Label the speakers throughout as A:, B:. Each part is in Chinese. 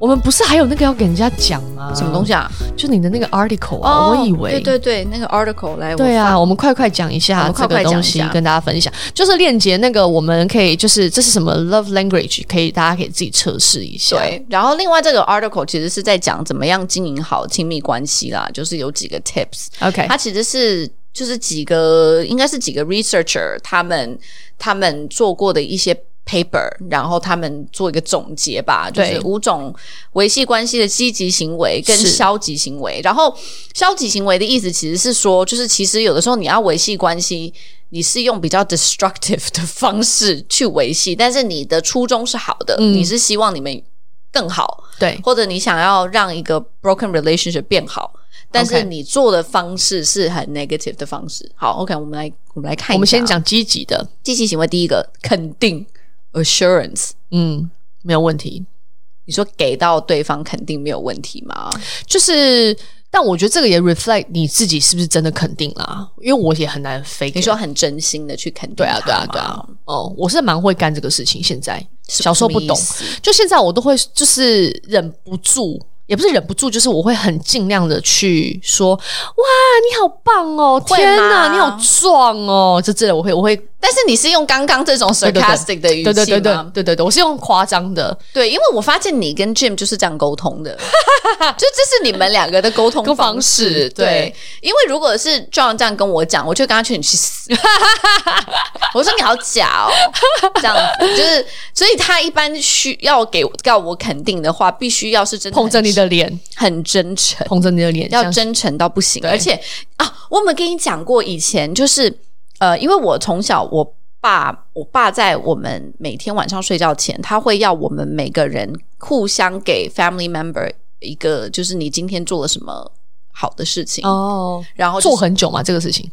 A: 我们不是还有那个要给人家讲吗？
B: 什么东西啊？
A: 就你的那个 article 啊，
B: 哦，
A: 我以为
B: 对对对，那个 article 来我
A: 对啊，
B: 放
A: 我们快快讲一
B: 我
A: 下
B: 们
A: 这
B: 快
A: 个
B: 快
A: 东
B: 讲一
A: 西
B: 下，
A: 跟大家分享。就是链接那个，我们可以就是这是什么 love language，可以大家可以自己测试一下。
B: 对，然后另外这个 article 其实是在讲怎么样经营好亲密关系啦，就是有几个 tips，
A: ，OK，
B: 它其实是就是几个应该是几个 researcher 他们他们做过的一些 paper，然后他们做一个总结吧，就
A: 对
B: 是五种维系关系的积极行为跟
A: 是
B: 消极行为。然后消极行为的意思其实是说，就是其实有的时候你要维系关系。你是用比较 destructive 的方式去维系，但是你的初衷是好的，
A: 嗯
B: 你是希望你们更好，
A: 对，
B: 或者你想要让一个 broken relationship 变好，但是
A: OK
B: 你做的方式是很 negative 的方式。好，OK，我们来我们来看一下啊，
A: 我们先讲积极的，
B: 积极行为。第一个，肯定 assurance，
A: 嗯，没有问题。
B: 你说给到对方肯定没有问题吗？
A: 就是，但我觉得这个也 reflect 你自己是不是真的肯定啦，因为我也很难 fake。
B: 你说。很真心的去肯定
A: 对啊，
B: 他
A: 对啊，
B: 吗
A: 对啊，，哦，我是蛮会干这个事情。现在
B: 什
A: 小时候不懂，
B: 什么意思
A: 就现在我都会就是忍不住，也不是忍不住，就是我会很尽量的去说，哇，你好棒哦，
B: 会
A: 天哪，
B: 吗
A: 你好壮哦，这之类，我会我会
B: 但是你是用刚刚这种
A: 对对
B: sarcastic 的语气
A: 对对
B: 吗？
A: 对对对对对，我是用夸张的
B: 对，因为我发现你跟 Jim 就是这样沟通的， 就这是你们两个的沟通
A: 跟方
B: 方
A: 式
B: 对，
A: 对
B: 因为如果是 John 这样跟我讲，我就跟他劝你去死。 我说你好假哦，这样子就是，所以他一般需要给我要我肯定的话，必须要是真的很
A: 捧着你的脸，
B: 很真诚，
A: 捧着你的脸，
B: 要
A: 像
B: 真诚到不行。
A: 对
B: 而且啊，我有没有跟你讲过，以前就是呃，因为我从小我爸，我爸在我们每天晚上睡觉前，他会要我们每个人互相给 family member 一个，就是你今天做了什么好的事情，
A: 哦，
B: 然后就
A: 做
B: 是
A: 很久嘛这个事情，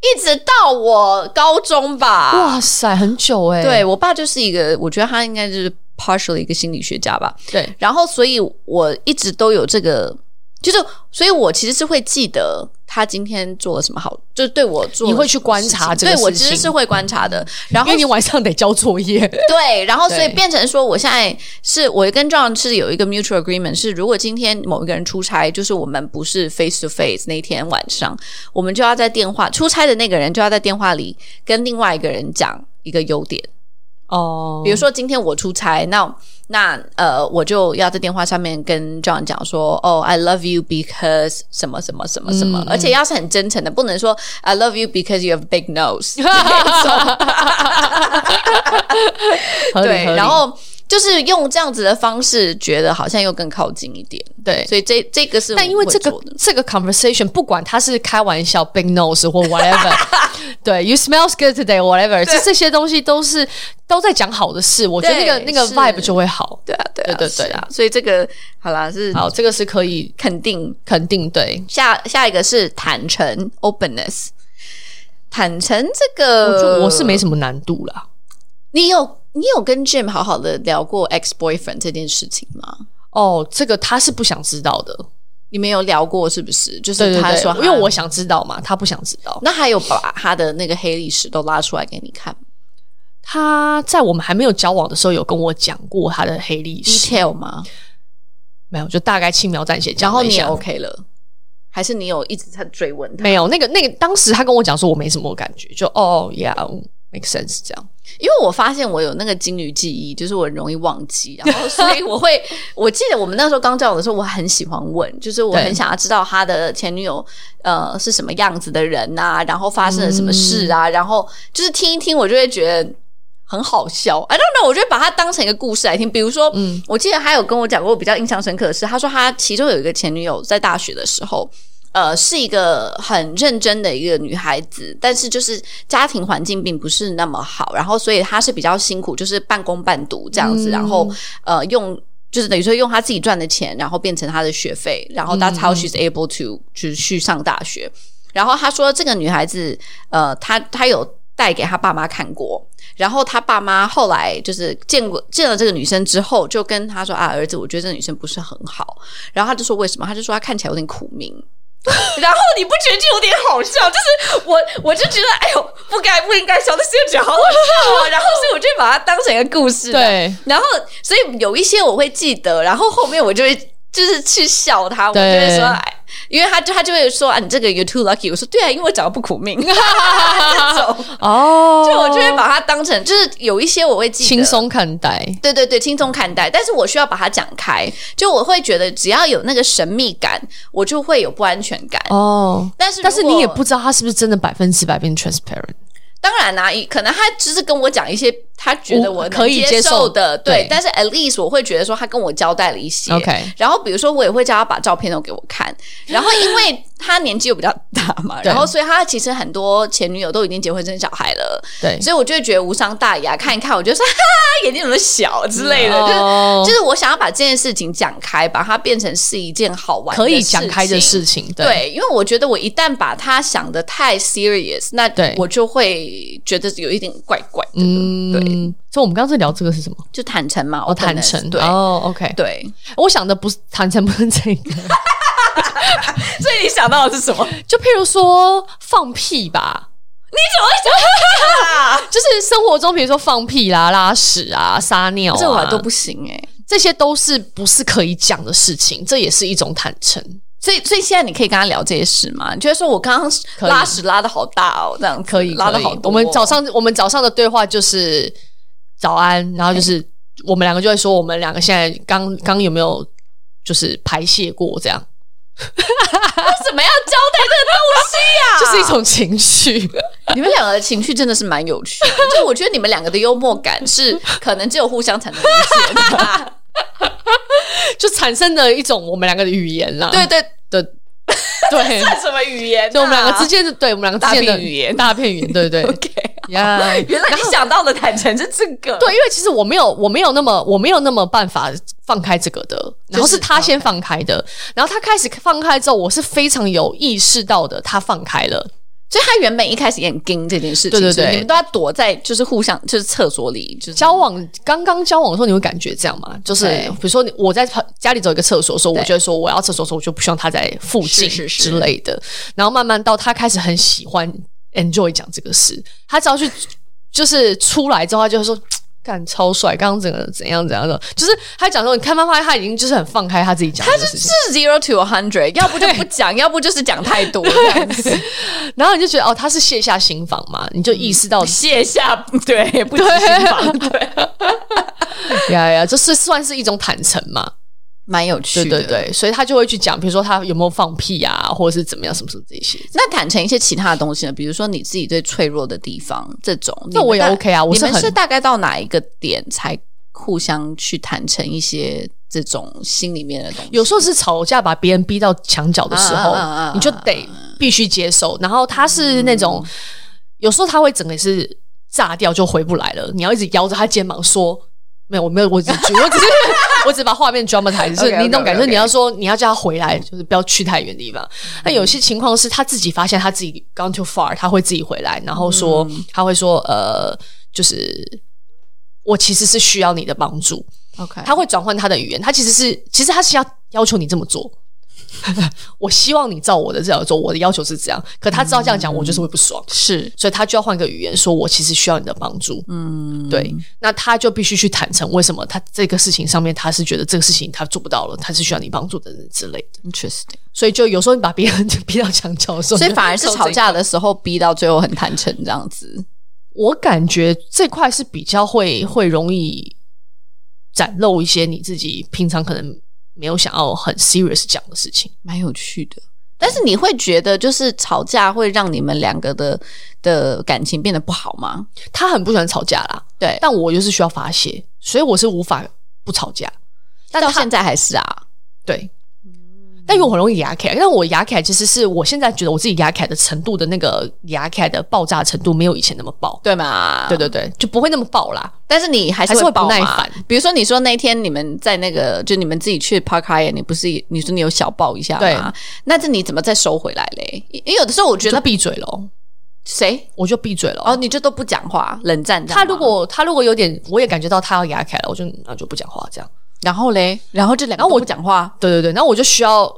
B: 一直到我高中吧。
A: 哇塞，很久哎，
B: 对我爸就是一个，我觉得他应该就是 partially 一个心理学家吧。
A: 对，
B: 然后所以我一直都有这个，就是所以我其实是会记得他今天做了什么好，就是对我做
A: 你会去观察这个
B: 对我
A: 事
B: 其实
A: 情嗯
B: 是会观察的。然
A: 因
B: 后
A: 为你晚上得交作业，
B: 对，然后所以
A: 对
B: 变成说，我现在是我跟 John 是有一个 mutual agreement，是如果今天某一个人出差，就是我们不是 face to face 那一天晚上，我们就要在电话出差的那个人就要在电话里跟另外一个人讲一个优点。
A: 哦，
B: 比如说今天我出差，那那呃，我就要在电话上面跟 John 讲说，哦、i love you because 什么什么什么什么，而且要是很真诚的，不能说 I love you because you have a big nose 那种。
A: 合理
B: 对，
A: 合理
B: 然后就是用这样子的方式，觉得好像又更靠近一点。
A: 对。
B: 所以这这个是我
A: 但因为这个
B: 会做的
A: 这个 conversation，不管他是开玩笑 big nose 或 whatever，对 you smells good today whatever，这这些东西都是都在讲好的事，我觉得那个
B: 对
A: 那个
B: 是
A: vibe 就会好。
B: 对啊，对啊，
A: 对对
B: 是
A: 对
B: 啊，所以这个好啦，是
A: 好，这个是可以
B: 肯定
A: 肯定对。
B: 下下一个是坦诚 openness。坦诚这个，
A: 我就我是没什么难度啦。
B: 你有你有跟 Jim 好好的聊过 ex boyfriend 这件事情吗？
A: 哦，这个他是不想知道的，
B: 你们有聊过是不是？就
A: 对
B: 是
A: 对
B: 他说他
A: 对，因为我想知道嘛，他不想知道。
B: 那还有把他的那个黑历史都拉出来给你看
A: 他在我们还没有交往的时候，有跟我讲过他的黑历史，
B: detail 吗？
A: 没有，就大概轻描淡写
B: 然
A: 讲
B: 后
A: 了一
B: 你也
A: 下。
B: OK 了，还是你有一直在追问他？
A: 没有，那个那个，当时他跟我讲说，我没什么感觉，就哦，yeah，make sense 这样。
B: 因为我发现我有那个金鱼记忆，就是我很容易忘记，然后所以我会，我记得我们那时候刚交往的时候，我很喜欢问，就是我
A: 对
B: 很想要知道他的前女友呃是什么样子的人啊，然后发生了什么事啊，然后就是听一听，我就会觉得。很好笑，I don't know，我就会把它当成一个故事来听。比如说，嗯，我记得他有跟我讲过比较印象深刻的是，他说他其中有一个前女友在大学的时候，呃，是一个很认真的一个女孩子，但是就是家庭环境并不是那么好，然后所以她是比较辛苦，就是半工半读这样子，然后呃用。就是等于说用她自己赚的钱，然后变成她的学费，然后 that's how she's able to 就是去上大学。然后她说这个女孩子，呃，她她有带给她爸妈看过，然后她爸妈后来就是见过见了这个女生之后，就跟她说啊，儿子，我觉得这个女生不是很好。然后她就说为什么？她就说她看起来有点苦命。 然后你不觉得这有点好笑？就是我我就觉得，哎呦，不该不应该笑，这些好好笑啊。然后所以我就把它当成一个故事。
A: 对，
B: 然后所以有一些我会记得，然后后面我就会就是去笑他，我就会说，
A: 对
B: 哎，因为他就他就会说啊，你这个 you too lucky。我说对啊，因为我长得不 苦命， 这种
A: 哦，
B: 就我就会把它当成就是有一些我会记得
A: 轻。松看待，
B: 对对对，轻松看待，但是我需要把它讲开，就我会觉得只要有那个神秘感，我就会有不安全感。
A: 哦。
B: 但是如
A: 但是你
B: 果
A: 也不知道他是不是真的百分之百变 transparent，
B: 当然啦、一可能他只是跟我讲一些他觉得我
A: 我
B: 能
A: 可以接
B: 接
A: 受
B: 的，
A: 对
B: 对。但是 at least 我会觉得说他跟我交代了一些
A: OK
B: 然后比如说我也会叫他把照片都给我 看，然后因为他年纪又比较大嘛，
A: 对
B: 然后所以他其实很多前女友都已经结婚生小孩了，
A: 对，
B: 所以我就会觉得无伤大雅。看一看，我就说哈 哈，眼睛怎么小之类的，就是
A: 哦
B: 就是我想要把这件事情讲开，把它变成是一件好玩的
A: 可以讲开的
B: 情
A: 事情，对
B: 对，因为我觉得我一旦把它想的太 serious，那
A: 对
B: 我就会觉得有一点怪怪的。
A: 嗯，
B: 对，
A: 所以我们刚刚在聊这个是什么？
B: 就坦诚嘛，
A: 哦，
B: 我可能
A: 坦诚，
B: 对、
A: 哦，OK，
B: 对。
A: 我想的不是坦诚，不是这个，
B: 所以你想到的是 什么？你
A: 就譬如说放屁吧，
B: 怎么会想
A: 就是生活中，比如说放屁啦、拉屎啊、撒尿啊，
B: 这我都不行哎、
A: 这些都是不是可以讲的事情，这也是一种坦诚。
B: 所以，所以现在你可以跟他聊这些事吗？你觉得说我刚刚
A: 可以
B: 拉屎拉的好大哦，这样子
A: 可以
B: 拉的
A: 可以
B: 好多
A: 我
B: 哦、
A: 们早上我们早上的对话就是早安，然后就是我们两个就会说我们两个现在刚刚有没有就是排泄过这
B: 啊
A: 样，
B: 为什么要交
A: 就
B: 代这个东
A: 是
B: 西呀、
A: 一种情绪。
B: 你们两个的情绪真的是蛮有趣的，就我觉得你们两个的幽默感是可能只有互相才能理 解的。
A: 就产生了一种我们两个的语言啦。
B: 对对，
A: 的， 对，
B: 什么语言、
A: 就我们两个之间的，对我们两个之间
B: 大
A: 的
B: 片语言
A: 大片语言，对对
B: OK，
A: 呀。
B: 原来你想到的坦诚是这个，
A: 对，因为其实我没有，我没有那么，我没有那么办法放开这个的。然后是他先放开的，然后他开始放开之后，我是非常有意识到的，他放开了。
B: 所以他原本一开始也很盯这件事情，
A: 对对对
B: 所以你们都要躲在就是互相就是厕所里，就是
A: 交往刚刚交往的时候，你会感觉这样吗？就是
B: 对
A: 比如说你我在旁家里走一个厕所的时候，我
B: 对
A: 就会说我要厕所的时候，我就不希望他在附近
B: 是是是
A: 之类的。然后慢慢到他开始很喜欢 enjoy 讲这个事，他只要去就是出来之后，他就会说。干超帅，刚刚整个怎样怎样的，就是他讲说，你看妈妈，他已经就是很放开他自己讲这个事情，
B: 是 zero to hundred，要不就不讲，要不就是讲太多这样子，
A: 然后你就觉得哦，他是卸下心防嘛，你就意识到
B: 卸下对不知心防，对，
A: 呀哎呀，这是算是一种坦诚嘛，
B: 蛮有趣
A: 对
B: 的，
A: 对。对，所以他就会去讲，比如说他有没有放屁啊，或者是怎么样，什么什么这些。
B: 那坦诚一些其他的东西呢？比如说你自己最脆弱的地方，这种
A: 那
B: 你们
A: 我也
B: 大
A: OK 啊我
B: 你
A: 是
B: 们
A: 很
B: 是大概到哪一个点才互相去坦诚一些这种心里面的东西？
A: 有时候是吵架把别人逼到墙角的时候，
B: 啊啊啊啊嗯
A: 你就得必须接受。然后他是那种，有时候他会整个是炸掉就回不来了，你要一直摇着他肩膀说。没有，我没有，我只举，我只是 我只把画面 dramatize，就是
B: OK，OK，OK，OK
A: 你那种感觉，你要说你要叫他回来，就是不要去太远的地方。那有
B: 嗯
A: 些情况是他自己发现他自己 gone too far，他会自己回来，然后说、
B: 嗯
A: 他会说呃，就是我其实是需要你的帮助，
B: OK，
A: 他会转换他的语言，他其实是其实他是要要求你这么做。 我希望你照我的这样做，我的要求是这样。可他知道这样讲，我就是会不爽，
B: 嗯是
A: 所以他就要换个语言，说我其实需要你的帮助。
B: 嗯，
A: 对，那他就必须去坦诚，为什么他这个事情上面他是觉得这个事情他做不到了，他是需要你帮助的之类的。
B: ，interesting。
A: 所以就有时候你把别人 逼到墙角 的时候，
B: 所以反而是吵
A: 你就靠这一块
B: 架的时候逼到最后很坦诚这样子。
A: 我感觉这块是比较会会容易展露一些你自己平常可能没有想要很 serious 讲的事情。
B: 蛮有趣的。但是你会觉得，就是吵架会让你们两个的的感情变得不好吗？
A: 他很不喜欢吵架啦，
B: 对，
A: 但我就是需要发泄，所以我是无法不吵架。
B: 但到现在还是啊，
A: 对，但因为我很容易牙起来，但我牙起来其实是我现在觉得我自己牙起来的程度的那个牙起来的爆炸程度没有以前那么爆。
B: 对嘛？
A: 对对对，就不会那么爆啦。
B: 但是你还
A: 还是
B: 会
A: 会不
B: 爆嘛
A: 耐烦。
B: 比如说，你说那天你们在那个，就你们自己去 Park Hyatt，你不是你说你有小爆一下
A: 对
B: 吗？那这你怎么再收回来嘞？因因为有的时候我觉
A: 就
B: 得
A: 闭嘴喽，
B: 谁
A: 我就闭嘴喽。
B: 哦，你就都不讲话，冷战这样
A: 他
B: 吗。
A: 如果他如果有点，我也感觉到他要牙起来了，我就那就不讲话这样。
B: 然后嘞，然后这两个
A: 然后我
B: 都不讲话，
A: 对对对，然后我就需要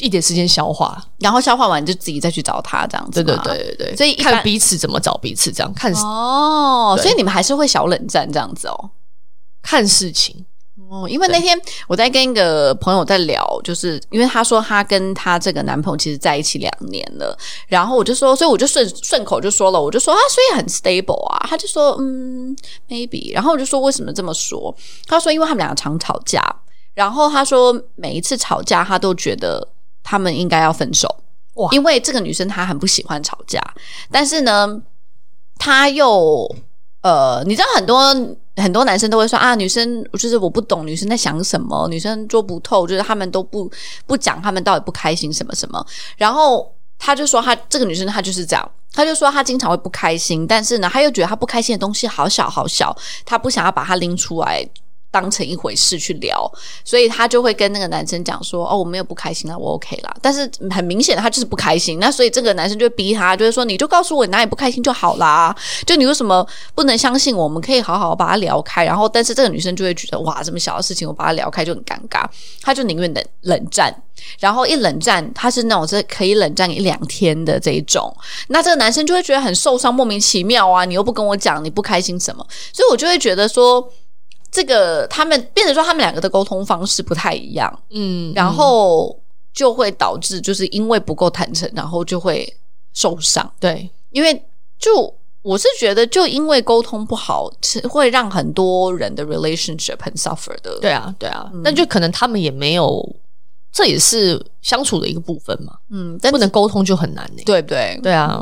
A: 一点时间消化。
B: 然后消化完你就自己再去找他这样子
A: 对
B: 吗。
A: 对对对对，
B: 所以一般
A: 看彼此怎么找彼此，这样看、
B: 哦，
A: 对
B: 所以你们还是会小冷战这样子哦。
A: 看事情。
B: 哦，因为那天我在跟一个朋友在聊，就是因为她说她跟她这个男朋友其实在一起两年了，然后我就说，所以我就顺顺口就说了，我就说啊，所以很 stable 啊，她就说嗯 maybe，然后我就说为什么这么说？她说因为他们两个常吵架，然后她说每一次吵架她都觉得他们应该要分手，
A: 哇
B: 因为这个女生她很不喜欢吵架，但是呢，她又呃，你知道很多很多男生都会说啊，女生就是我不懂女生在想什么，女生做不透，就是他们都不不讲他们到底不开心什么什么。然后他就说他这个女生她就是这样，他就说她经常会不开心，但是呢，他又觉得她不开心的东西好小好小，他不想要把它拎出来。当成一回事去聊，所以他就会跟那个男生讲说：“哦，我没有不开心啦，我 OK 啦。”但是很明显的，他就是不开心。那所以这个男生就逼他，就会说：“你就告诉我你哪里不开心就好啦。”就你为什么不能相信我们可以好好把它聊开？然后，但是这个女生就会觉得哇，这么小的事情我把它聊开就很尴尬，她就宁愿冷冷战。然后一冷战，她是那种是可以冷战一两天的这一种。那这个男生就会觉得很受伤，莫名其妙啊！你又不跟我讲你不开心什么，所以我就会觉得说。这个他们变成说他们两个的沟通方式不太一样，
A: 嗯，
B: 然后就会导致就是因为不够坦诚，然后就会受伤。
A: 对，
B: 因为就我是觉得，就因为沟通不好，是会让很多人的 relationship 很 suffer 的。
A: 对，啊，对
B: 嗯
A: 啊，那就可能他们也没有，这也是相处的一个部分嘛，
B: 嗯，但
A: 不能沟通就很难呢、欸
B: 对不对？
A: 对啊，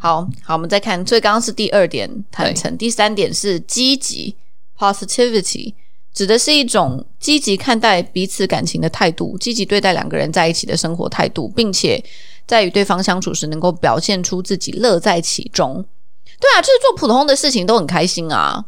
B: 好好，我们再看，所以刚刚是第二点坦诚，第三点是积极 positivity，指的是一种积极看待彼此感情的态度，积极对待两个人在一起的生活态度，并且在与对方相处时能够表现出自己乐在其中。对啊，就是做普通的事情都很开心啊。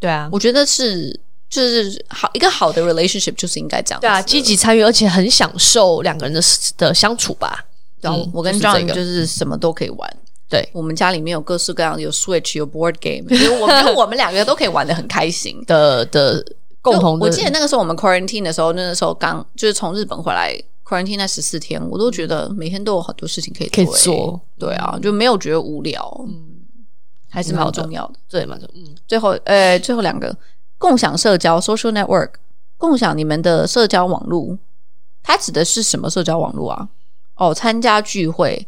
A: 对啊，
B: 我觉得是，就是好一个好的 relationship 就是应该这样。
A: 对啊，积。极参与，而且很享受两个人的的相处吧。
B: 然后
A: 嗯
B: 我跟
A: 就是
B: John
A: 这个
B: 就是什么都可以玩。
A: 对
B: 我们家里面有各式各样，有 Switch，有 board game，因为我们我们两个都可以玩的很开心。
A: 的的 共同的，
B: 我记得那个时候我们 quarantine 的时候，那个时候刚就是从日本回来 quarantine 那十四天，我都觉得每天都有很多事情可以
A: 可以
B: 欸
A: 做嗯
B: 对啊，就没有觉得无聊，还是
A: 挺好
B: 蛮
A: 的
B: 重要的。
A: 对嘛，就嗯，
B: 最后，呃，最后两个共享社交 （social network），共享你们的社交网络，它指的是什么社交网络啊？哦，参加聚会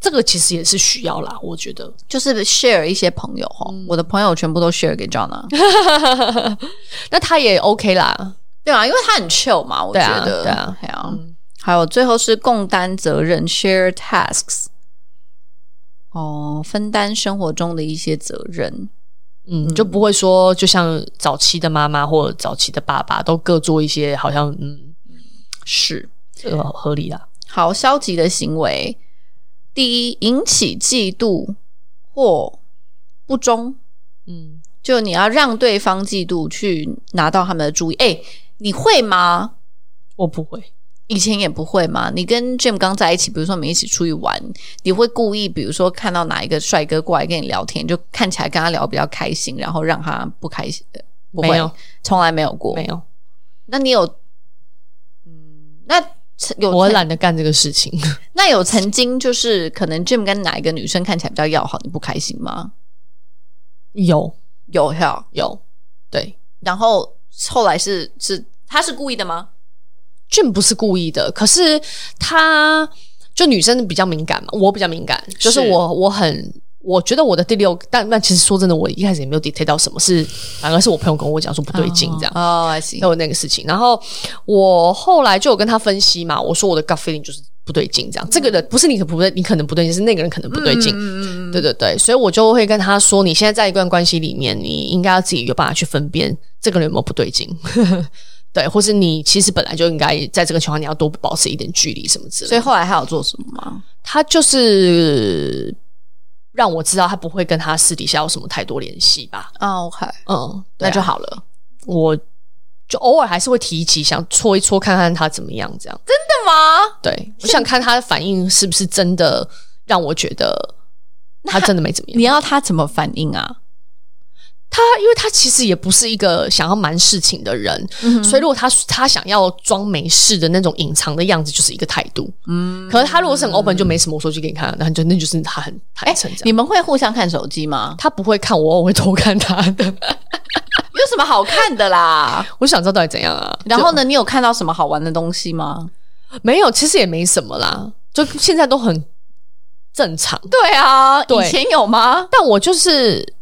A: 这个其实也是需要啦，我觉 得。
B: 就是 share 一些朋友哈、
A: 嗯
B: 我的朋友全部都 share 给 John 啊，
A: 那他也 OK 啦，
B: 对啊，因为他很 chill 嘛，我
A: 对
B: 觉
A: 啊
B: 得，
A: 对啊
B: 对啊还有最后是共担责任 （share tasks），哦，分担生活中的一些责任，
A: 嗯，就不会说就像早期的妈妈或者早期的爸爸都各做一些，好像嗯，
B: 是。
A: 这个合理啦。
B: 好，消极的行为，第一，引起嫉妒或不忠，
A: 嗯，
B: 就你要让对方嫉妒，去拿到他们的注意。哎、你会吗？
A: 我不会，
B: 以前也不会嘛。你跟 Jim 刚在一起，比如说我们一起出去玩，你会故意，比如说看到哪一个帅哥过来跟你聊天，就看起来跟他聊比较开心，然后让他不开心。呃不
A: 没
B: 会
A: 有，
B: 从来没有过。
A: 没有，
B: 那你有，嗯，那有
A: 我懒得干这个事情。
B: 那有曾经就是可能 Jim 跟哪一个女生看起来比较要好，你不开心吗？
A: 有
B: 有哈，
A: 有，对，
B: 然后后来是是他是故意的吗？
A: 俊不是故意的，可是他就女生比较敏感嘛，我比较敏感，就是
B: 是
A: 我我很。我觉得我的第六，但但其实说真的，我一开始也没有 detect 到什么是，反而是我朋友跟我讲说不对劲这样。
B: 哦、i see。
A: 都有那个事情。然后我后来就有跟他分析嘛，我说我的 gut feeling 就是不对劲，这样、这个人不是你可不对，你可能不对劲，是那个人可能不对劲。
B: 嗯嗯嗯嗯
A: 对对对，所以我就会跟他说，你现在在一段关系里面，你应该要自己有办法去分辨这个人有没有不对劲。 对，或是你其实本来就应该在这个情况，你要多保持一点距离什么之类的。
B: 所以后来还有做什么吗？
A: 他就是让我知道他不会跟他私底下有什么太多联系吧。
B: 啊、o k
A: 嗯，对
B: 那
A: 啊
B: 就好了。
A: 我就偶尔还是会提起，想戳一戳看看他怎么样，这样。
B: 干嘛？
A: 对，我想看他的反应是不是真的让我觉得他真的没怎么
B: 你
A: 样。
B: 要他怎么反应啊？
A: 他因为他其实也不是一个想要瞒事情的人，所以如果他他想要装没事的那种隐藏的样子，就是一个态度。嗯，可是他如果是很 open，就没什么，我说去给你看，那就那就是他很坦诚 这样。
B: 你们会互相看手机吗？
A: 他不会看我，我会偷看他的。
B: 有什么好看的啦？
A: 我想知道到底怎样啊？
B: 然后呢，你有看到什么好玩的东西吗？
A: 没有，其实也没什么啦，就现在都很正常。
B: 对啊，
A: 对
B: 以前有吗？
A: 但我就是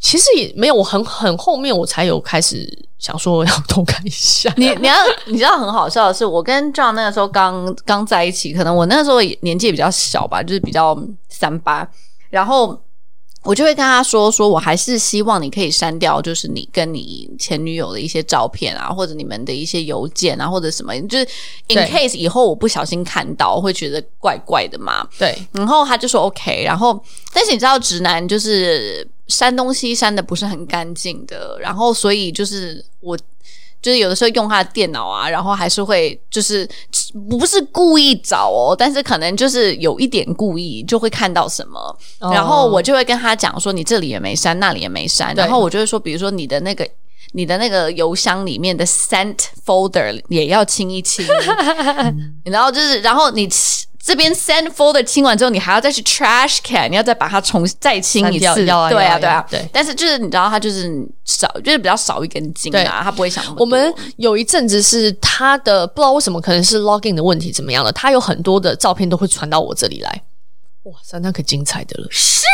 A: 其实也没有，我很很后面我才有开始想说要 偷看一下。
B: 你你要你知道很好笑的是，我跟 John 那个时候刚刚在一起，可能我那个时候也年纪也比较小吧，就是比较三八，然后我就会跟他说，说我还是希望你可以删掉，就是你跟你前女友的一些照片啊，或者你们的一些邮件啊，或者什么，就是 in
A: 对
B: case 以后我不小心看到，会觉得怪怪的嘛。
A: 对，
B: 然后他就说 OK，然后但是你知道直男就是删东西删的不是很干净的，然后所以就是我就是有的时候用他的电脑啊，然后还是会就是不是故意找哦，但是可能就是有一点故意就会看到什么，
A: 哦
B: 然后我就会跟他讲说你这里也没删，那里也没删，
A: 对
B: 然后我就会说比如说你的那个。你的那个邮箱里面的 sent folder 也要清 一清，然后就是，然后你清这边 send folder 清完之后，你还要再去 trash can，你要再把它重再清一
A: 删
B: 次，
A: 掉要啊
B: 对
A: 要啊
B: 对
A: 要
B: 啊
A: 啊，对
B: 但是就是你知道，他就是少，就是比较少一根筋
A: 对
B: 啊，他不会想那么多
A: 我们有一阵子是他的不知道为什么，可能是 login 的问题怎么样了，他有很多的照片都会传到我这里来。哇塞，那可精彩的了！是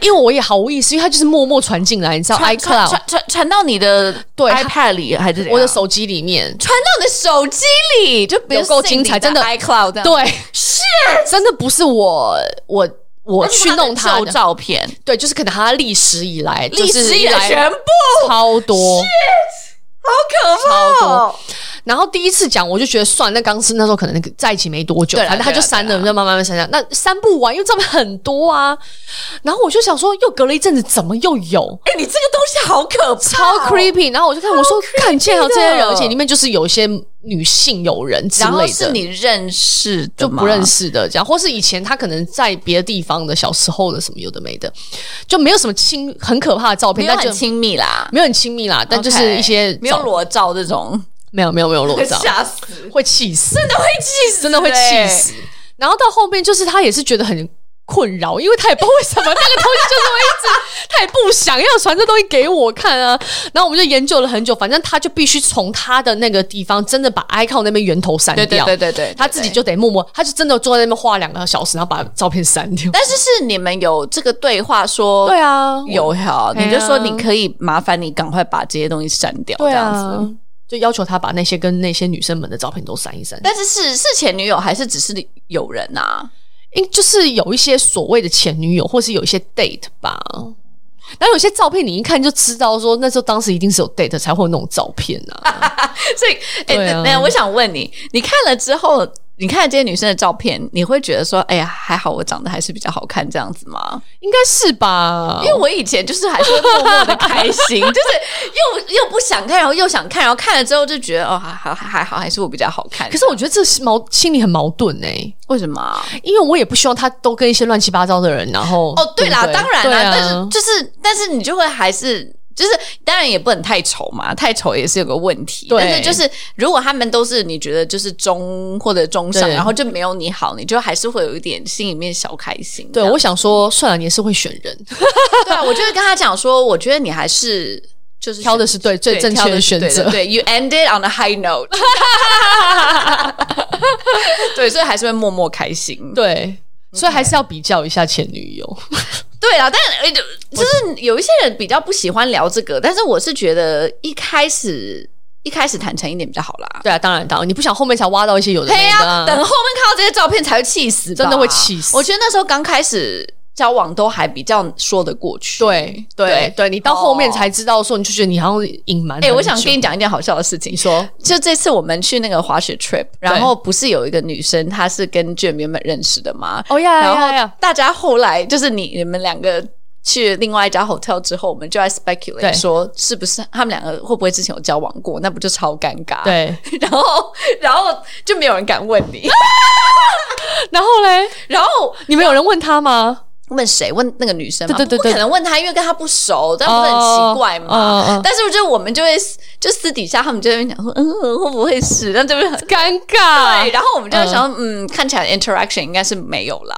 A: 因为我也毫无意识，因为他就是默默传进来，你知道
B: 传传
A: 哦 iCloud
B: 传传传到你的
A: 对
B: iPad 里还是怎样
A: 我的手机里面，
B: 传到你的手机里，就比如
A: 有够精彩
B: Cindy
A: 真的
B: iCloud 这样，
A: 对，是真的不是我我我
B: 而且
A: 去
B: 他的
A: 弄他
B: 旧
A: 的，
B: 照片，
A: 对，就是可能他历史以来，
B: 历
A: 就是
B: 史以来全部，
A: 超多。
B: 好可怕哦！
A: 然后第一次讲，我就觉得算，那刚是那时候可能那个在一起没多久，
B: 对啦啊
A: 反正他就删了，就慢慢慢慢删掉。那删不完，因为照片很多啊。然后我就想说，又隔了一阵子，怎么又有？
B: 哎，你这个东西好啊可怕哦，
A: 超 creepy。然后我就看，我说看见了这些人，
B: 的
A: 而且里面就是有一些女性友人之
B: 然后
A: 类
B: 是
A: 的。
B: 你认识的
A: 就
B: 吗
A: 不认识的这样，或是以前他可能在别的地方的小时候的什么有的没的，就没有什么亲很可怕的照
B: 没
A: 片，
B: 有
A: 但就
B: 很亲密啦，
A: 没有很亲密啦，但就是
B: OK，
A: 一些
B: 没有
A: 照
B: 裸照这种，
A: 没有没有没有裸照，
B: 吓死，
A: 会气死。
B: 真的会气死，
A: 真的会气死。然后到后面就是他也是觉得很困扰，因为他也不知道为什么那个东西就是会一直， 他也不想要传这东西给我看啊。然后我们就研究了很久，反正他就必须从他的那个地方真的把 icon 那边源头删
B: 对。对
A: 掉，
B: 对对对对，
A: 他自己
B: 对。
A: 就得默默，他就真的坐在那边画两个小时，然后把照片删掉。
B: 但是是你们有这个对话说，
A: 对啊，
B: 有哈，
A: 哎呀
B: 你就说你可以麻烦你赶快把这些东西删掉，
A: 对
B: 这样
A: 啊
B: 子。，
A: 就要求他把那些跟那些女生们的照片都删一删。
B: 但是是是前女友还是只是友人啊？
A: 因就是有一些所谓的前女友，或是有一些 date 吧。然后有些照片你一看就知道，说那时候当时一定是有 date 才会有那种照片啊。
B: 所以，哎、
A: 对啊
B: 那、那我想问你，你看了之后，你看了这些女生的照片，你会觉得说，哎呀，还好我长得还是比较好看这样子吗？
A: 应该是吧？
B: 因为我以前就是还是会默默的开 心，就是又又不想看，然后又想看，然后看了之后就觉得哦，还还还好，还是我比较好看。
A: 可是我觉得这是矛心里很矛盾哎、
B: 为什么啊？
A: 因为我也不希望他都跟一些乱七八糟的人，然后
B: 哦，对啦，
A: 不
B: 当然
A: 对
B: 啦，
A: 啊、
B: 但是就是，但是你就会还是。就是当然也不能太丑嘛，太丑也是有个问题。
A: 对
B: 但是就是如果他们都是你觉得就是中或者中上，
A: 对
B: 然后就没有你好，你就还是会有一点心里面小开心。
A: 对
B: 这样
A: 我想说，算了，你也是会选人，
B: 对啊，我就会跟他讲说，我觉得你还是就是
A: 挑的是对最正确
B: 挑的是
A: 选
B: 对
A: 择。
B: 对，You ended on a high note 。对，所以还是会默默开心。
A: 对，所以还是要比较一下前女友。
B: 对啦，但呃就就是有一些人比较不喜欢聊这个，但是我是觉得一开始一开始坦诚一点比较好啦。
A: 对啊，当然当然，你不想后面才挖到一些有的啊
B: 对
A: 没的、
B: 呀、等后面看到这些照片才会气死吧，
A: 真的会气死
B: 我觉得那时候刚开始交往都还比较说得过去。
A: 对对
B: 对
A: 对，你到后面
B: 哦
A: 才知道说，你就觉得你好像隐瞒很
B: 哎、
A: 久。
B: 我想跟你讲一件好笑的事情。
A: 你说，
B: 就这次我们去那个滑雪 trip，然
A: 对
B: 后不是有一个女生，她是跟 Jim 原本认识的吗？
A: 哦呀
B: 然
A: 呀
B: 后
A: 呀
B: 大家后来就是你你们两个去另外一家 hotel 之后，我们就在
A: 对
B: speculate 说是不是他们两个会不会之前有交往过？那不就超尴尬？，
A: 对，
B: 然后然后就没有人敢问你，
A: 然后嘞，
B: 然后
A: 你们有人问他吗？
B: 问谁？问那个女生吗？
A: 对对对
B: 不
A: 对哦
B: 可能问她，因为跟她不熟，这样不是很奇怪吗？
A: 哦哦哦
B: 但是我觉得我们就会就私底下他们就在那边讲说，嗯，会不会是？但这边很
A: 尴尬
B: 对，，然后我们就会想说，嗯看起来 interaction 应该是没有啦。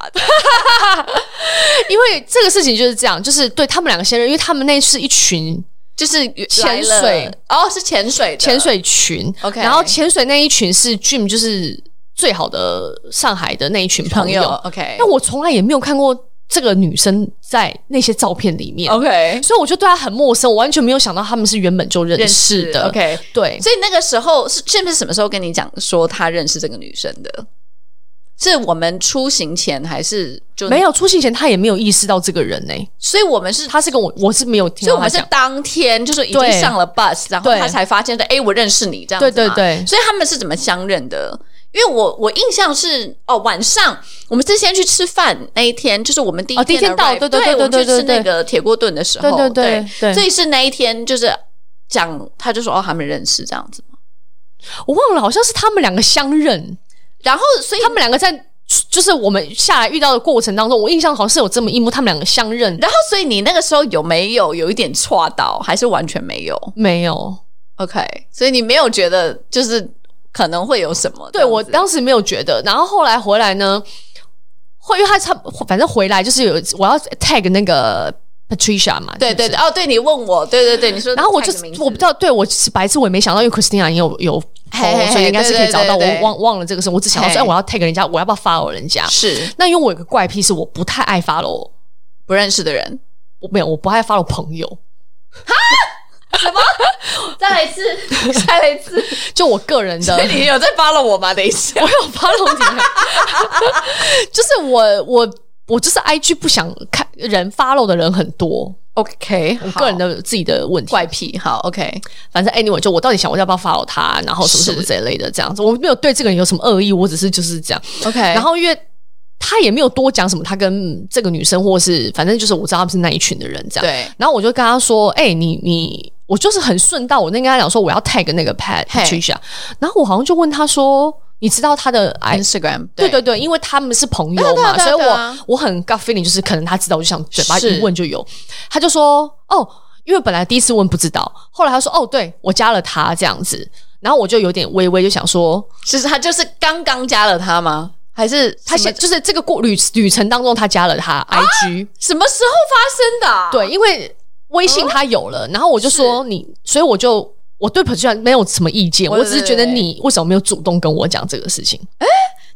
A: 因为这个事情就是这样，就是对他们两个先认，因为他们那是一群
B: 就是
A: 潜水
B: 来了哦，是潜水的
A: 潜水群
B: OK
A: 然后潜水那一群是 Jim 就是最好的上海的那一群
B: 朋
A: 朋
B: 友
A: 友。
B: ，OK
A: 那我从来也没有看过这个女生在那些照片里面
B: OK
A: 所以我就对她很陌生，我完全没有想到他们是原本就认
B: 认
A: 识
B: 识
A: 的。
B: OK。
A: 对，
B: 所以那个时候是 Jim 是什么时候跟你讲说他认识这个女生的？是我们出行前还是就
A: 没？有出行前她也没有意识到这个人呢、
B: 所以我们是
A: 她是跟我，我是没有听
B: 所以
A: 到
B: 我
A: 她
B: 们是
A: 讲。
B: 当天就是已经
A: 对
B: 上了 bus，然后
A: 对
B: 他才发现的，哎，我认识你这样子
A: 对
B: 嘛。
A: 对对
B: 所以他们是怎么相认的？因为我我印象是哦，晚上我们是先去吃饭那一天，就是我们第一
A: 哦第一天
B: arrive，
A: 到对对对
B: 我们
A: 对
B: 去
A: 对
B: 吃
A: 对
B: 那个铁锅炖的时候，
A: 对对对对
B: 所以是那一天就是讲，他就说哦，他们认识这样子嘛。
A: 我忘了，好像是他们两个相认，
B: 然后所以
A: 他们两个在就是我们下来遇到的过程当中，我印象好像是有这么一幕，他们两个相认，
B: 然后所以你那个时候有没有有一点错到，还是完全没有
A: 没有。
B: ？OK，所以你没有觉得就是可能会有什么这
A: 对
B: 样子？
A: 我当时没有觉得，然后后来回来呢，会因为他差不反正回来就是有我要 tag 那个 Patricia 嘛，
B: 对
A: 是不
B: 对
A: 是
B: 对，哦，对你问我，对对对，你说，
A: 然后我就是我不知，道，对我是白痴，我也没想到，因为 Christina 也有有 follow
B: 嘿嘿
A: 所以应该是可以找到。
B: 对对对
A: 我忘忘了这个事，我只想到说，
B: 嘿
A: 哎，我要 tag 人家，我要不要 follow 人家？
B: 是
A: 那因为我有个怪癖，是我不太爱 follow，
B: 不认识的人。
A: 我没有，我不爱 follow 朋友，
B: 再来一次， 再来一次，
A: 就我个人的
B: 所以你有在 follow 我吗？等一下，我有
A: follow 你啊，就是我我我就是 IG 不想看人 follow 的人很多，
B: OK，我
A: 我个人的自己的问题。
B: 怪癖，好 OK，
A: 反正 anyway，就我到底想我要不要 follow 他，然后什么什么
B: 是
A: 这一类的这样子，我没有对这个人有什么恶意，我只是就是这样。
B: OK，
A: 然后因为他也没有多讲什么，他跟这个女生或是反正就是我知道他们是那一群的人这样。
B: 对
A: 然后我就跟他说：“哎、你你我就是很顺道，我那跟他讲说我要 tag 那个 Pat
B: 嘿
A: Patricia，然后我好像就问他说，你知道他的 I。
B: Instagram，
A: 对对对，因为他们是朋友
B: 对
A: 嘛，
B: 啊对啊对啊
A: 所以我、
B: 对啊
A: 我很 gut feeling，就是可能他知道，我就想嘴巴
B: 是
A: 一问就有。他就说哦，因为本来第一次问不知道，后来他说哦，对我加了他这样子，然后我就有点微微就想说，
B: 其实他就是刚刚加了他吗？还是
A: 他
B: 什
A: 先
B: 么
A: 就是这个过旅旅程当中，他加了他 IG，、
B: 什么时候发生的啊？哦
A: 对，因为微信他有了，然后我就说你，所以我就我对 p a t r i 没有什么意见，
B: 我
A: 我只是觉得
B: 对对对
A: 你为什么没有主动跟我讲这个事情？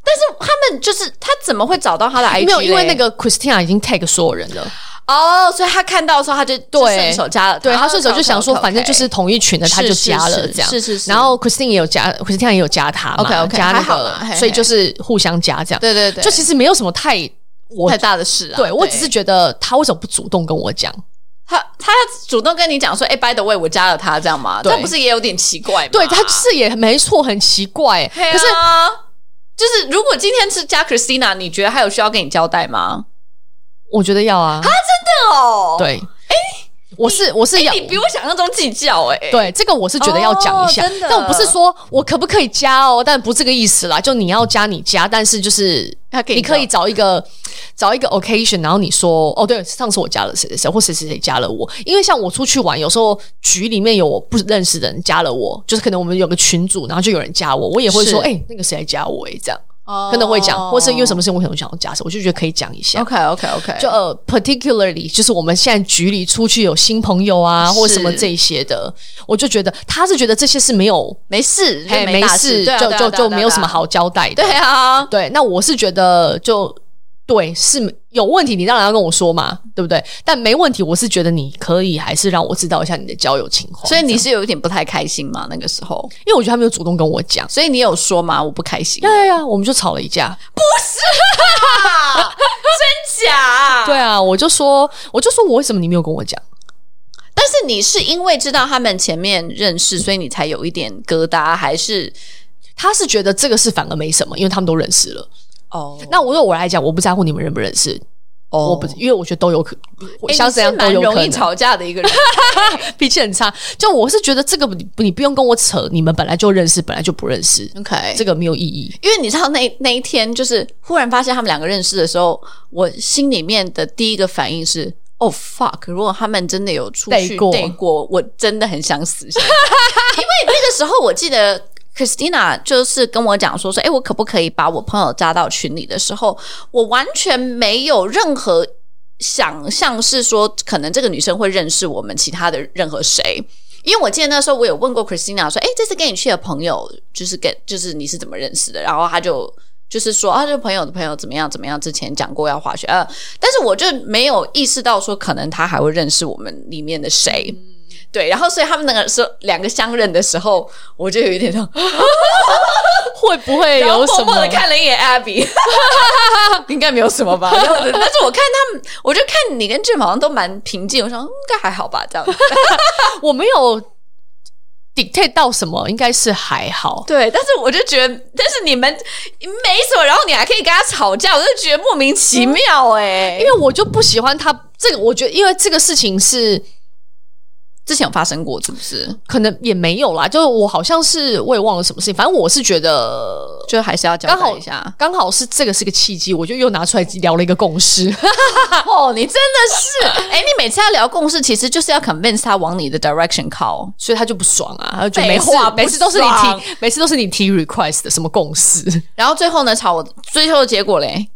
B: 但是他们就是他怎么会找到他的 IG？
A: 没有，因为
B: 嘞
A: 那个 Christina 已经 tag 所有人了，
B: 哦，所以他看到的时候他就就
A: 对
B: 顺手加了，
A: 对他
B: 哦
A: 顺手就想说，
B: ，OK，OK，OK
A: 反正就是同一群的，他
B: 是
A: 就是加了
B: 是
A: 这样。
B: 是是是
A: 然后 Christina 也有加，Christina 也有加他嘛
B: OK，OK，
A: 加
B: 还
A: 那
B: 好啦嘿
A: 个，所以
B: 嘿
A: 就是互相加这样。
B: 对对对，
A: 就其实没有什么太我
B: 太大的事啊。
A: 对我只是觉得他为什么不主动跟我讲？
B: 他他要主动跟你讲说，哎、b y the way，我加了他，这样吗？
A: 对
B: 这不是也有点奇怪吗？
A: 对他是也没错，很奇怪、
B: 对啊，
A: 可
B: 可
A: 是
B: 是就是如果今天是加 Christina，你觉得还有需要跟你交代吗？
A: 我觉得要啊，
B: 哦，
A: 对，我是哎我是要。
B: 你比我想象中计较哎、
A: 对，这个我是觉得要讲一下，
B: 哦真的
A: 但我不是说我可不可以加哦，但不是这个意思啦。就你要加你加，但是就是
B: 他给你
A: 你可以找一个找一个 occasion，然后你说哦，对，上次我加了谁谁谁，或谁谁谁加了我。因为像我出去玩，有时候局里面有我不认识的人加了我，就是可能我们有个群组，然后就有人加我，我也会说，
B: 是
A: 哎、那个谁来加我、哎，这样
B: 哦
A: 可能会讲，或是因为什么事情我可能想要加谁，我就觉得可以讲一下。
B: ？OK OK OK，
A: 就呃，particularly 就是我们现在局里出去有新朋友啊，
B: 是
A: 或者什么这一些的，我就觉得他是觉得这些是没有，
B: 没事，
A: 哎，
B: 就
A: 没
B: 大
A: 事，
B: 对啊
A: 就
B: 对啊
A: 就
B: 对啊
A: 就没有什么。
B: 对啊
A: 好交代的。
B: 对啊，
A: 对，那我是觉得就对是有问题，你当然要跟我说嘛，对不对？但没问题，我是觉得你可以还是让我知道一下你的交友情况。
B: 所以你
A: 这样
B: 是有一点不太开心嘛？那个时候，
A: 因为我觉得他没有主动跟我讲，
B: 所以你有说吗？我不 开心，
A: 对呀、我们就吵了一架。啊
B: 真假？
A: 对啊，我就说，我就说我为什么你没有跟我讲？
B: 但是你是因为知道他们前面认识，所以你才有一点疙瘩，还是
A: 他是觉得这个事反而没什么，因为他们都认识了。
B: 哦？
A: 那我对我来讲，我不在乎你们认不认识，
B: 哦
A: 我不，因为我觉得都有可，我
B: 诶
A: 想
B: 你
A: 怎样
B: 是
A: 都
B: 蛮
A: 有可
B: 容易
A: 能。
B: 吵架的一个人，
A: 脾气很差，就我是觉得这个你你不用跟我扯，你们本来就认识，本来就不认识，
B: OK，
A: 这个没有意 义。
B: 因为你知道那那一天，就是忽然发现他们两个认识的时候，我心里面的第一个反应是。哦、fuck！如果他们真的有出
A: Date
B: 去
A: 过
B: date 过，我真的很想死。因为那个时候，我记得 Christina 就是跟我讲说说，哎、我可不可以把我朋友加到群里的时候，我完全没有任何想象是说，可能这个女生会认识我们其他的任何谁。因为我记得那时候我有问过 Christina 说，哎，这次跟你去的朋友就是跟就是你是怎么认识的？然后她就就是说啊，这个朋友的朋友怎么样怎么样，之前讲过要滑雪，呃，但是我就没有意识到说可能他还会认识我们里面的谁。对，然后所以他们那个时候两个相认的时候，我就有一 点哎说，
A: 会不会
B: 然后
A: 有什
B: 默默
A: 么
B: 的？看了一眼 Abby，应该没有什么吧？ 这样子但是我看他们，我就看你跟俊好像都蛮平静，我想嗯应该还好吧，这样子。
A: 我没有 dictate 到什么，应该是还好。
B: 对，但是我就觉得，但是你们没什么，然后你还可以跟他吵架，我就觉得莫名其妙哎、
A: 因为我就不喜欢他这个，我觉得因为这个事情是
B: 之前有发生过，是不是？
A: 可能也没有啦，就是我好像是我也忘了什么事情，反正我是觉得
B: 就还是要交
A: 刚
B: 代
A: 好
B: 一下。
A: 刚好是这个是个契机，我就又拿出来聊了一个共识。
B: 哦，你真的是， 哎、你每次要聊共识，其实就是要 convince 他往你的 direction靠。
A: 所以他就不爽啊，他就觉得
B: 废
A: 每次
B: 话不
A: 每次都是你
B: 爽
A: 提，每次都是你提 request 的什么共识，
B: 然后最后呢，吵，最后的结果嘞，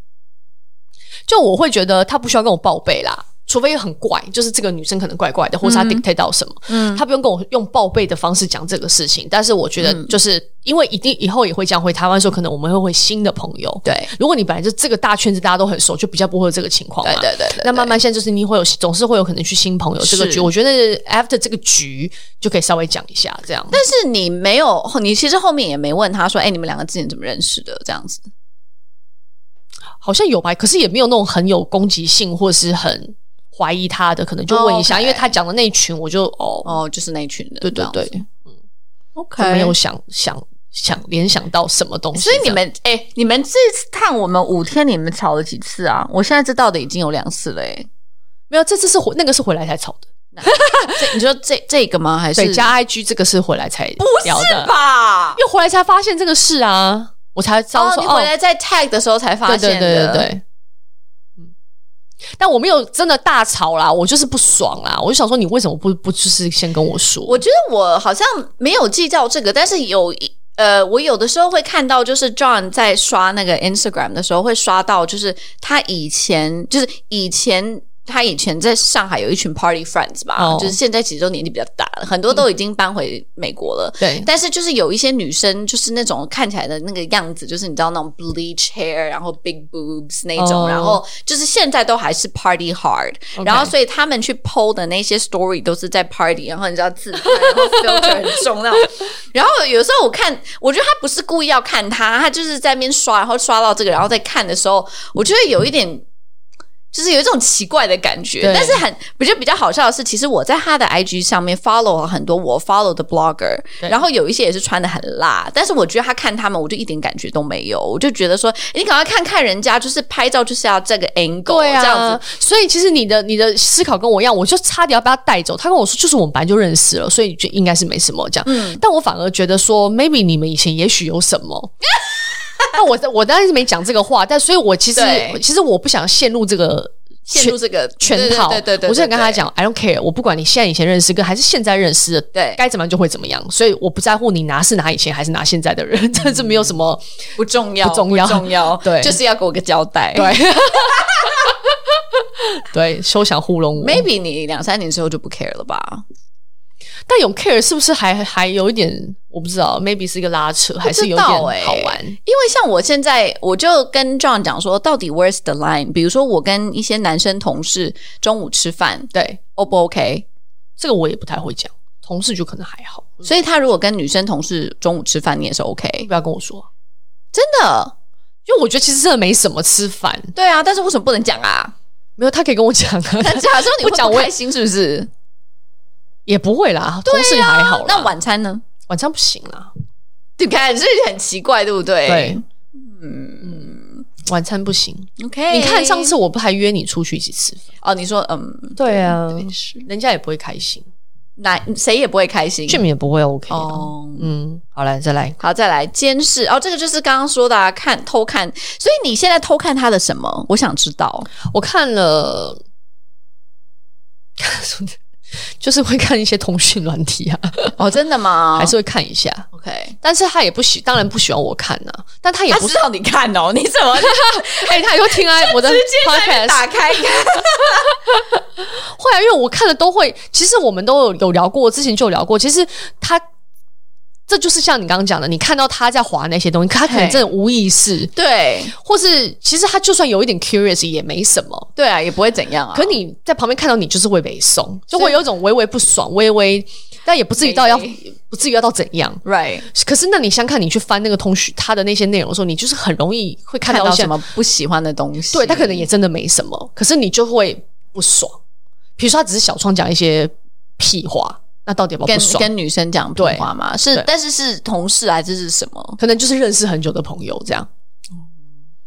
A: 就我会觉得他不需要跟我报备啦。除非很怪，就是这个女生可能怪怪的，或是她 dictate 到什么，嗯，她不用跟我用报备的方式讲这个事情。但是我觉得，就是、因为一定以后也会这样回台湾的时候，可能我们会会新的朋友。
B: 对，
A: 如果你本来就这个大圈子大家都很熟，就比较不会有这个情况嘛。
B: 对对对对
A: 那慢慢现在就是你会有，总是会有可能去新朋友这个
B: 是
A: 局。我觉得 after 这个局就可以稍微讲一下这样。
B: 但是你没有，你其实后面也没问他说，哎、你们两个之前怎么认识的？这样子，
A: 好像有吧，可是也没有那种很有攻击性或是很怀疑他的，可能就问一下
B: OK
A: 因为他讲的那一群，我就哦，
B: 哦，就是那一群人，
A: 对对对，
B: ，OK，
A: 就没有想想想联想到什么东西这
B: 所以
A: 样。
B: 你们哎、你们这趟我们五天，你们吵了几次啊？我现在知道的已经有两次了、哎，
A: 没有这次是回那个是回来才吵的，
B: 这你说这这个吗？还是
A: 对，加 IG 这个是回来才聊的，
B: 吧？
A: 因为回来才发现这个事啊，我才知道
B: 哦，
A: 说
B: 你回来在 tag 的时候才发
A: 对
B: 现
A: 对
B: 的，
A: 对对对，嗯。但我没有真的大吵啦，我就是不爽啦，我就想说你为什么不不就是先跟我说？
B: 我觉得我好像没有计较这个，但是有一呃，我有的时候会看到，就是 John 在刷那个 Instagram 的时候，会刷到，就是他以前就是以前。他以前在上海有一群 party friends 吧
A: 哦
B: 就是现在其实都年纪比较大了，很多都已经搬回美国了。
A: 对
B: 但是就是有一些女生，就是那种看起来的那个样子，就是你知道那种 bleach hair，然后 big boobs 那种
A: 哦
B: 然后就是现在都还是 party hard，、
A: OK
B: 然后所以他们去 PO 的那些 story 都是在 party，然后你知道自拍，然后 filter 很 重那种。然后有时候我看，我觉得他不是故意要看他，他就是在那边刷，然后刷到这个，然后再看的时候，我觉得有一点。就是有一种奇怪的感觉
A: 对，
B: 但是很我觉得比较好笑的是，其实我在他的 IG 上面 follow 了很多我 follow 的 blogger，
A: 对
B: 然后有一些也是穿的很辣，但是我觉得他看他们，我就一点感觉都没有，我就觉得说，诶你赶快看看人家，就是拍照就是要这个 angle，
A: 对啊，
B: 这样子，
A: 所以其实你的你的思考跟我一样，我就差点要被他带走。他跟我说，就是我们本来就认识了，所以就应该是没什么这样。
B: 嗯
A: 但我反而觉得说，maybe 你们以前也许有什 么。那我我当然是没讲这个话，但所以我其实
B: 对
A: 其实我不想陷入这个
B: 陷入这个
A: 圈圈套。
B: 对对对对对，
A: 我是想跟他
B: 对
A: 讲，I don't care，我不管你现在以前认识跟还是现在认识的，
B: 对
A: 该怎么样就会怎么样，所以我不在乎你拿是拿以前还是拿现在的
B: 嗯
A: 人，这是没有什么
B: 不重要，
A: 不重要
B: 重要，
A: 对
B: 就是要给我个交代。
A: 对。对，休想糊弄我。
B: ，maybe 你两三年之后就不 care 了吧？
A: 但有 care 是不是还还有一点我不知道，maybe 是一个拉扯，还是有一点
B: 道欸
A: 好玩？
B: 因为像我现在，我就跟 John 讲说，到底 where's the line？比如说，我跟一些男生同事中午吃饭
A: 对，
B: ，O 不 OK？
A: 这个我也不太会讲，同事就可能还好，
B: 所以他如果跟女生同事中午吃饭，你也是 OK，
A: 不要跟我说，
B: 真的？
A: 因为我觉得其实真的没什么吃饭，
B: 对啊，但是为什么不能 讲啊？
A: 没有他可以跟我讲啊，
B: 那假设你会
A: 不讲
B: 不
A: 我
B: 开心，是不是？
A: 也不会啦，同事也还好啦，
B: 啊那晚餐呢？
A: 晚上不行啦，
B: 你看，这很奇怪，对不对？
A: 对，晚餐不行。
B: 嗯 OK，
A: 你看上次我不还约你出去一起吃饭？
B: 哦，你说嗯，
A: 对啊
B: 对是
A: 人家也不会开心，
B: 哪谁也不会开心。
A: 俊敏也不会 OK 啊、
B: 哦，
A: 嗯，好了，再来。
B: 好，再来监视哦，这个就是刚刚说的、啊、看偷看，所以你现在偷看他的什么？我想知 道。
A: 我看了，就是会看一些通讯软体啊，
B: 哦，真的吗？
A: 还是会看一下。
B: OK？
A: 但是他也不喜，当然不喜欢我看呐、但他也
B: 他
A: 不
B: 知
A: 是，
B: 道你看 哦，你怎么
A: 哎、他也会 听啊我的 podcast。
B: 打开看？
A: 会啊，因为我看的都会，其实我们都有有聊过，之前就有聊过。其实他这就是像你刚刚讲的，你看到他在划那些东西，他可能
B: 嘿
A: 真的无意识，
B: 对
A: 或是其实他就算有一点 curious 也没什么。
B: 对啊，也不会怎样啊。
A: 可你在旁边看到你就是会被送，就会
B: 是
A: 有一种微微不爽，微微，但也不至于到要
B: 微
A: 不至于要到怎样。
B: right
A: 可是，那你想看你去翻那个通讯他的那些内容的时候，你就是很容易会看
B: 看
A: 到
B: 到
A: 一些
B: 什么不喜欢的东西？
A: 对他可能也真的没什么，可是你就会不爽。比如说，他只是小窗讲一些屁话，那到底有没有
B: 跟
A: 不爽？
B: 跟女生讲屁话嘛，是
A: 对，
B: 但是是同事还是是什么？
A: 可能就是认识很久的朋友这样。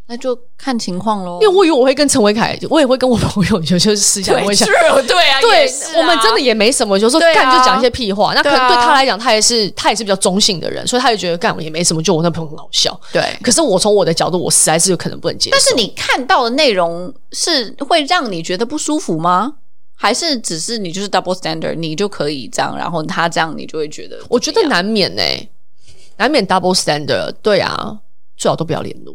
B: 那就看情况喽。
A: 因为我以为我会跟陈伟凯，我也会跟我朋友有些私下问一下。
B: true，对啊，
A: 对
B: 也是，啊
A: 我们真的也没什么，有时候
B: 对啊
A: 干就讲一些屁话。那可能
B: 对啊
A: 对他来讲，他也是他也是比较中性的人，所以他就觉得干我也没什么，就我那朋友很好笑。
B: 对。
A: 可是我从我的角度，我实在是有可能不能接受。
B: 但是你看到的内容是会让你觉得不舒服吗？还是只是你就是 double standard，你就可以这样，然后他这样你就会觉得？
A: 我觉得难免呢、难免 double standard。对啊，最好都不要联络。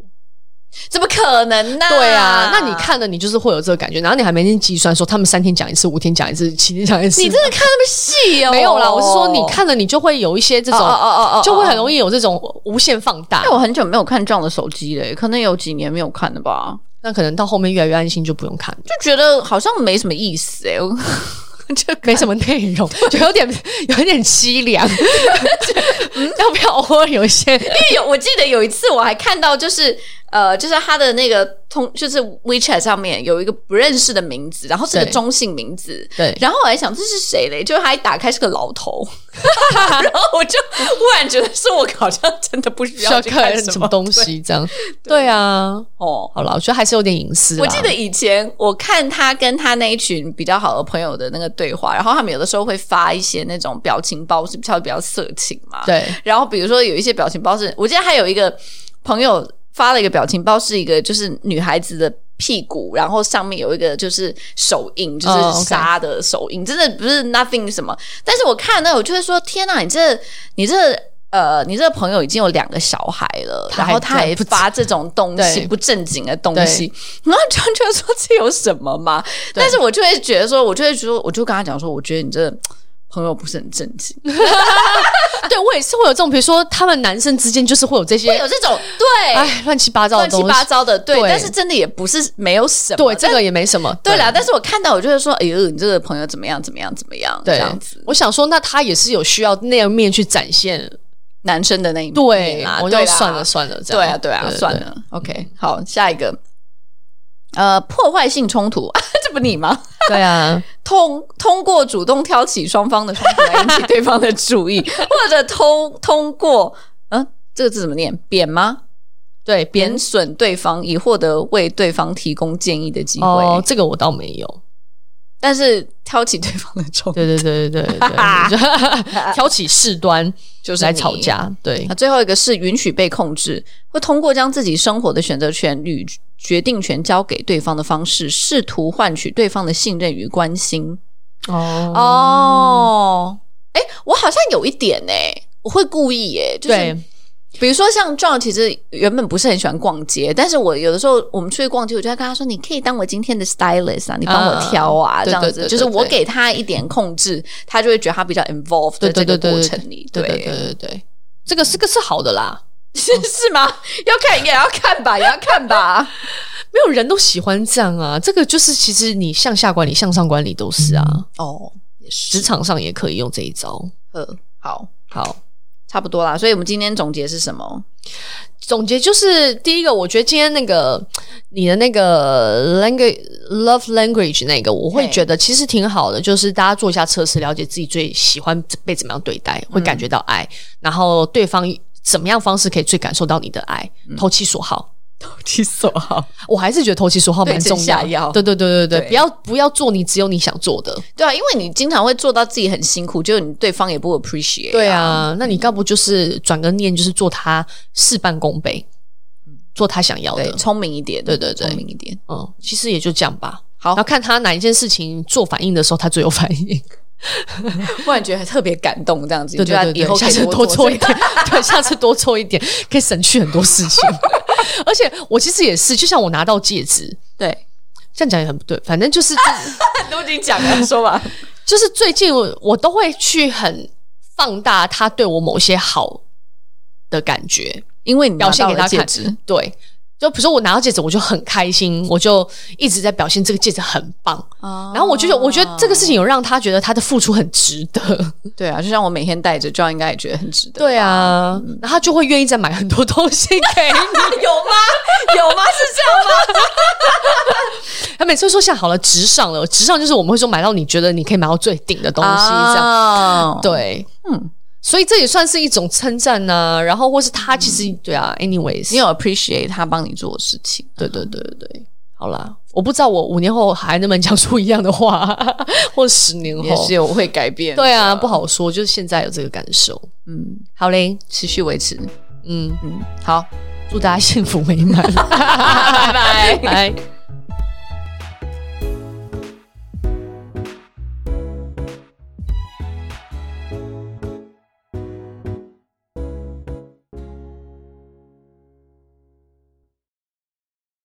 B: 怎么可能呢、
A: 对啊，那你，看了你就是会有这个感觉，然后你还没天计算说他们三天讲一次，五天讲一次，七天讲一次。
B: 你真的看那么细哦？
A: 没有啦，我是说你看了你就会有一些这种，
B: 哦哦哦哦哦，
A: 就会很
B: 易。
A: 容易有这种无限放大
B: 因。哎为我很久没有看这样的手机嘞，可能有几年没有看了吧，
A: 那可能到后面越来越安心，就不用看了，
B: 就觉得好像没什么意思哎。我就
A: 没什么内容，就有点有点凄凉。
B: 嗯
A: 要不要偶尔有一些？
B: 因为有，我记得有一次我还看到，就是呃，就是他的那个通，就是 WeChat 上面有一个不认识的名字，然后是个
A: 对
B: 中性名字，
A: 对
B: 然后我还想这是谁嘞？就他一打开是个老头， 然后我就忽然觉得说，我好像真的不需
A: 需要
B: 要去
A: 看
B: 看
A: 什么
B: 么
A: 东西？这样对啊，
B: 哦。
A: 好了，我觉得还是有啊点隐私啦。
B: 我记得以前我看他跟他那一群比较好的朋友的那个对话，然后他们有的时候会发一些那种表情包，是比较比较色情嘛，
A: 对
B: 然后比如说有一些表情包是，我记得还有一个朋友发了一个表情包，是一个就是女孩子的屁股，然后上面有一个就是手印，就
A: 哦
B: 是
A: ，OK
B: 纱的手印，真的不是 nothing 什么。但是我看那我就会说，天哪，你这你这。呃，你这个朋友已经有两个小孩了，
A: 他
B: 然
A: 还
B: 后他还
A: 不
B: 发这种东西
A: 对
B: 不正经的东西，然后就就会说这有什么嘛？但是我就会觉得说，我就会说，我就跟他讲说，我觉得你这朋友不是很正 经，
A: 对我也是会有这种，比如说他们男生之间就是会有这
B: 会
A: 些
B: 有这种对，
A: 哎乱七八糟的
B: 乱
A: 东
B: 七
A: 西，
B: 八糟的，对，
A: 对
B: 但是真的也不是没有什么，
A: 对，
B: 但
A: 这个也没什么。
B: 对啦。但是我看到，我就会说，哎呦，你这个朋友怎么样，怎么样，怎么样，这
A: 对
B: 样子，，
A: 我想说，那他也是有需要那样面去展现。
B: 男生的那一面
A: 对
B: 啦，，
A: 我
B: 嗯对
A: 就
B: 啦
A: 算了，算了，这
B: 对啊，
A: 样
B: 对啊，
A: 对
B: 算了，OK，好，下一个，呃，破坏性冲突， 这不你吗？
A: 对啊，
B: 通通过主动挑起双方的冲突来引起对方的注意， 或者通通过，嗯、这个字怎么念？贬吗？
A: 对
B: 贬
A: 边
B: 损对方，以获得为对方提供建议的机会。
A: 哦，这个我倒没有。
B: 但是挑起对方的冲突，
A: 对对对对对对，挑起事端
B: 就是
A: 来
B: 你啊
A: 吵。架，对
B: 那最后一个是允许被控制，会通过将自己生活的选择权与决定权交给对方的方式，试图换取对方的信任与关心。
A: 哦，
B: 哦，哎，我好像有一点哎、我会故意哎、就是
A: 对，
B: 比如说像 John，其实原本不是很喜欢逛街，但是我有的时候我们出去逛街，我就要跟他说：“你可以当我今天的 stylist 啊，你帮我挑啊，
A: 嗯
B: 这样子。
A: 对对对对
B: 就是我给他一点控制，他就会觉得他比较 involved 在
A: 对对
B: 这个
A: 对对
B: 过
A: 对
B: 程里。
A: 对对对对对，这个是个是好的啦，
B: 是 是吗？要看也要看 吧，也要看吧。
A: 没有人都喜欢这样啊，这个就是其实你向下管理、向上管理都是啊，
B: 哦，也
A: 职
B: 是。
A: 场上也可以用这一招。
B: 呃，好，
A: 好，
B: 差不多啦。所以我们今天总结是什 么？
A: 总结就是第一个，我觉得今天那个你的那个 language love language 那个，我会
B: 对
A: 觉得其实挺好的，就是大家做一下测试，了解自己最喜欢被怎么样对待，会感觉
B: 嗯嗯
A: 到爱，然后对方怎么样方式可以最感受到你的爱，投其所好。
B: 投其所好。
A: 我还是觉得投其所好蛮重
B: 对症
A: 要
B: 下药
A: 对对对对对，
B: 对
A: 不要不要做你只有你想做的。
B: 对啊，因为你经常会做到自己很辛苦，就你对方也不 appreciate、
A: 对，啊，那你干不就是转个念，就是做他事半功倍，做他想要
B: 嗯对，
A: 的。
B: 聪明一点，
A: 对对对
B: 聪明一点。
A: 嗯，其实也就这样吧。
B: 好
A: 然后，看他哪一件事情做反应的时候，他最有反应。
B: 忽然觉得特别感动，这样子，
A: 对对对对，
B: 你觉得以后
A: 下
B: 可以
A: 次多
B: 做
A: 做一
B: 这个。
A: 点，对，下次多做一点，可以省去很多事 情。而且我其实也是，就像我拿到戒指，
B: 对，
A: 这样讲也很不对，反正就是
B: 都已经讲了，说吧。
A: 就是最近我我都会去很放大他对我某些好的感觉，
B: 因为你拿
A: 表现
B: 到
A: 给他看
B: 了戒指，
A: 对。就比如说我拿到戒指，我就很开心，我就一直在表现这个戒指很棒。
B: 然
A: 然后我就觉得，我觉得这个事情有让他觉得他的付出很值得。
B: 对啊，就像我每天戴着，这样应该也觉得很值 得。
A: 对啊，
B: 嗯
A: 然后他就会愿意再买很多东西给 你。
B: 有吗？有吗？是这样吗？
A: 他每次说像好了，直上了，直上就是我们会说买到你觉得你可以买到最顶的 东西，这样、
B: 样
A: 对，
B: 啊嗯
A: 嗯。所以这也算是一种称赞呐、然后或是他其实、对啊，anyways，
B: 你有 appreciate 他帮你做的事情。
A: 对对对对对，好啦，我不知道我五年后还能不能讲出一样的话， 或十年
B: 也
A: 后
B: 是，有会改变，
A: 对啊，不好说，就是现在有这个感受。
B: 嗯，
A: 好嘞，
B: 持续维持，
A: 嗯，
B: 嗯，好，
A: 祝大家幸福美满，
B: 拜 拜。
A: 拜。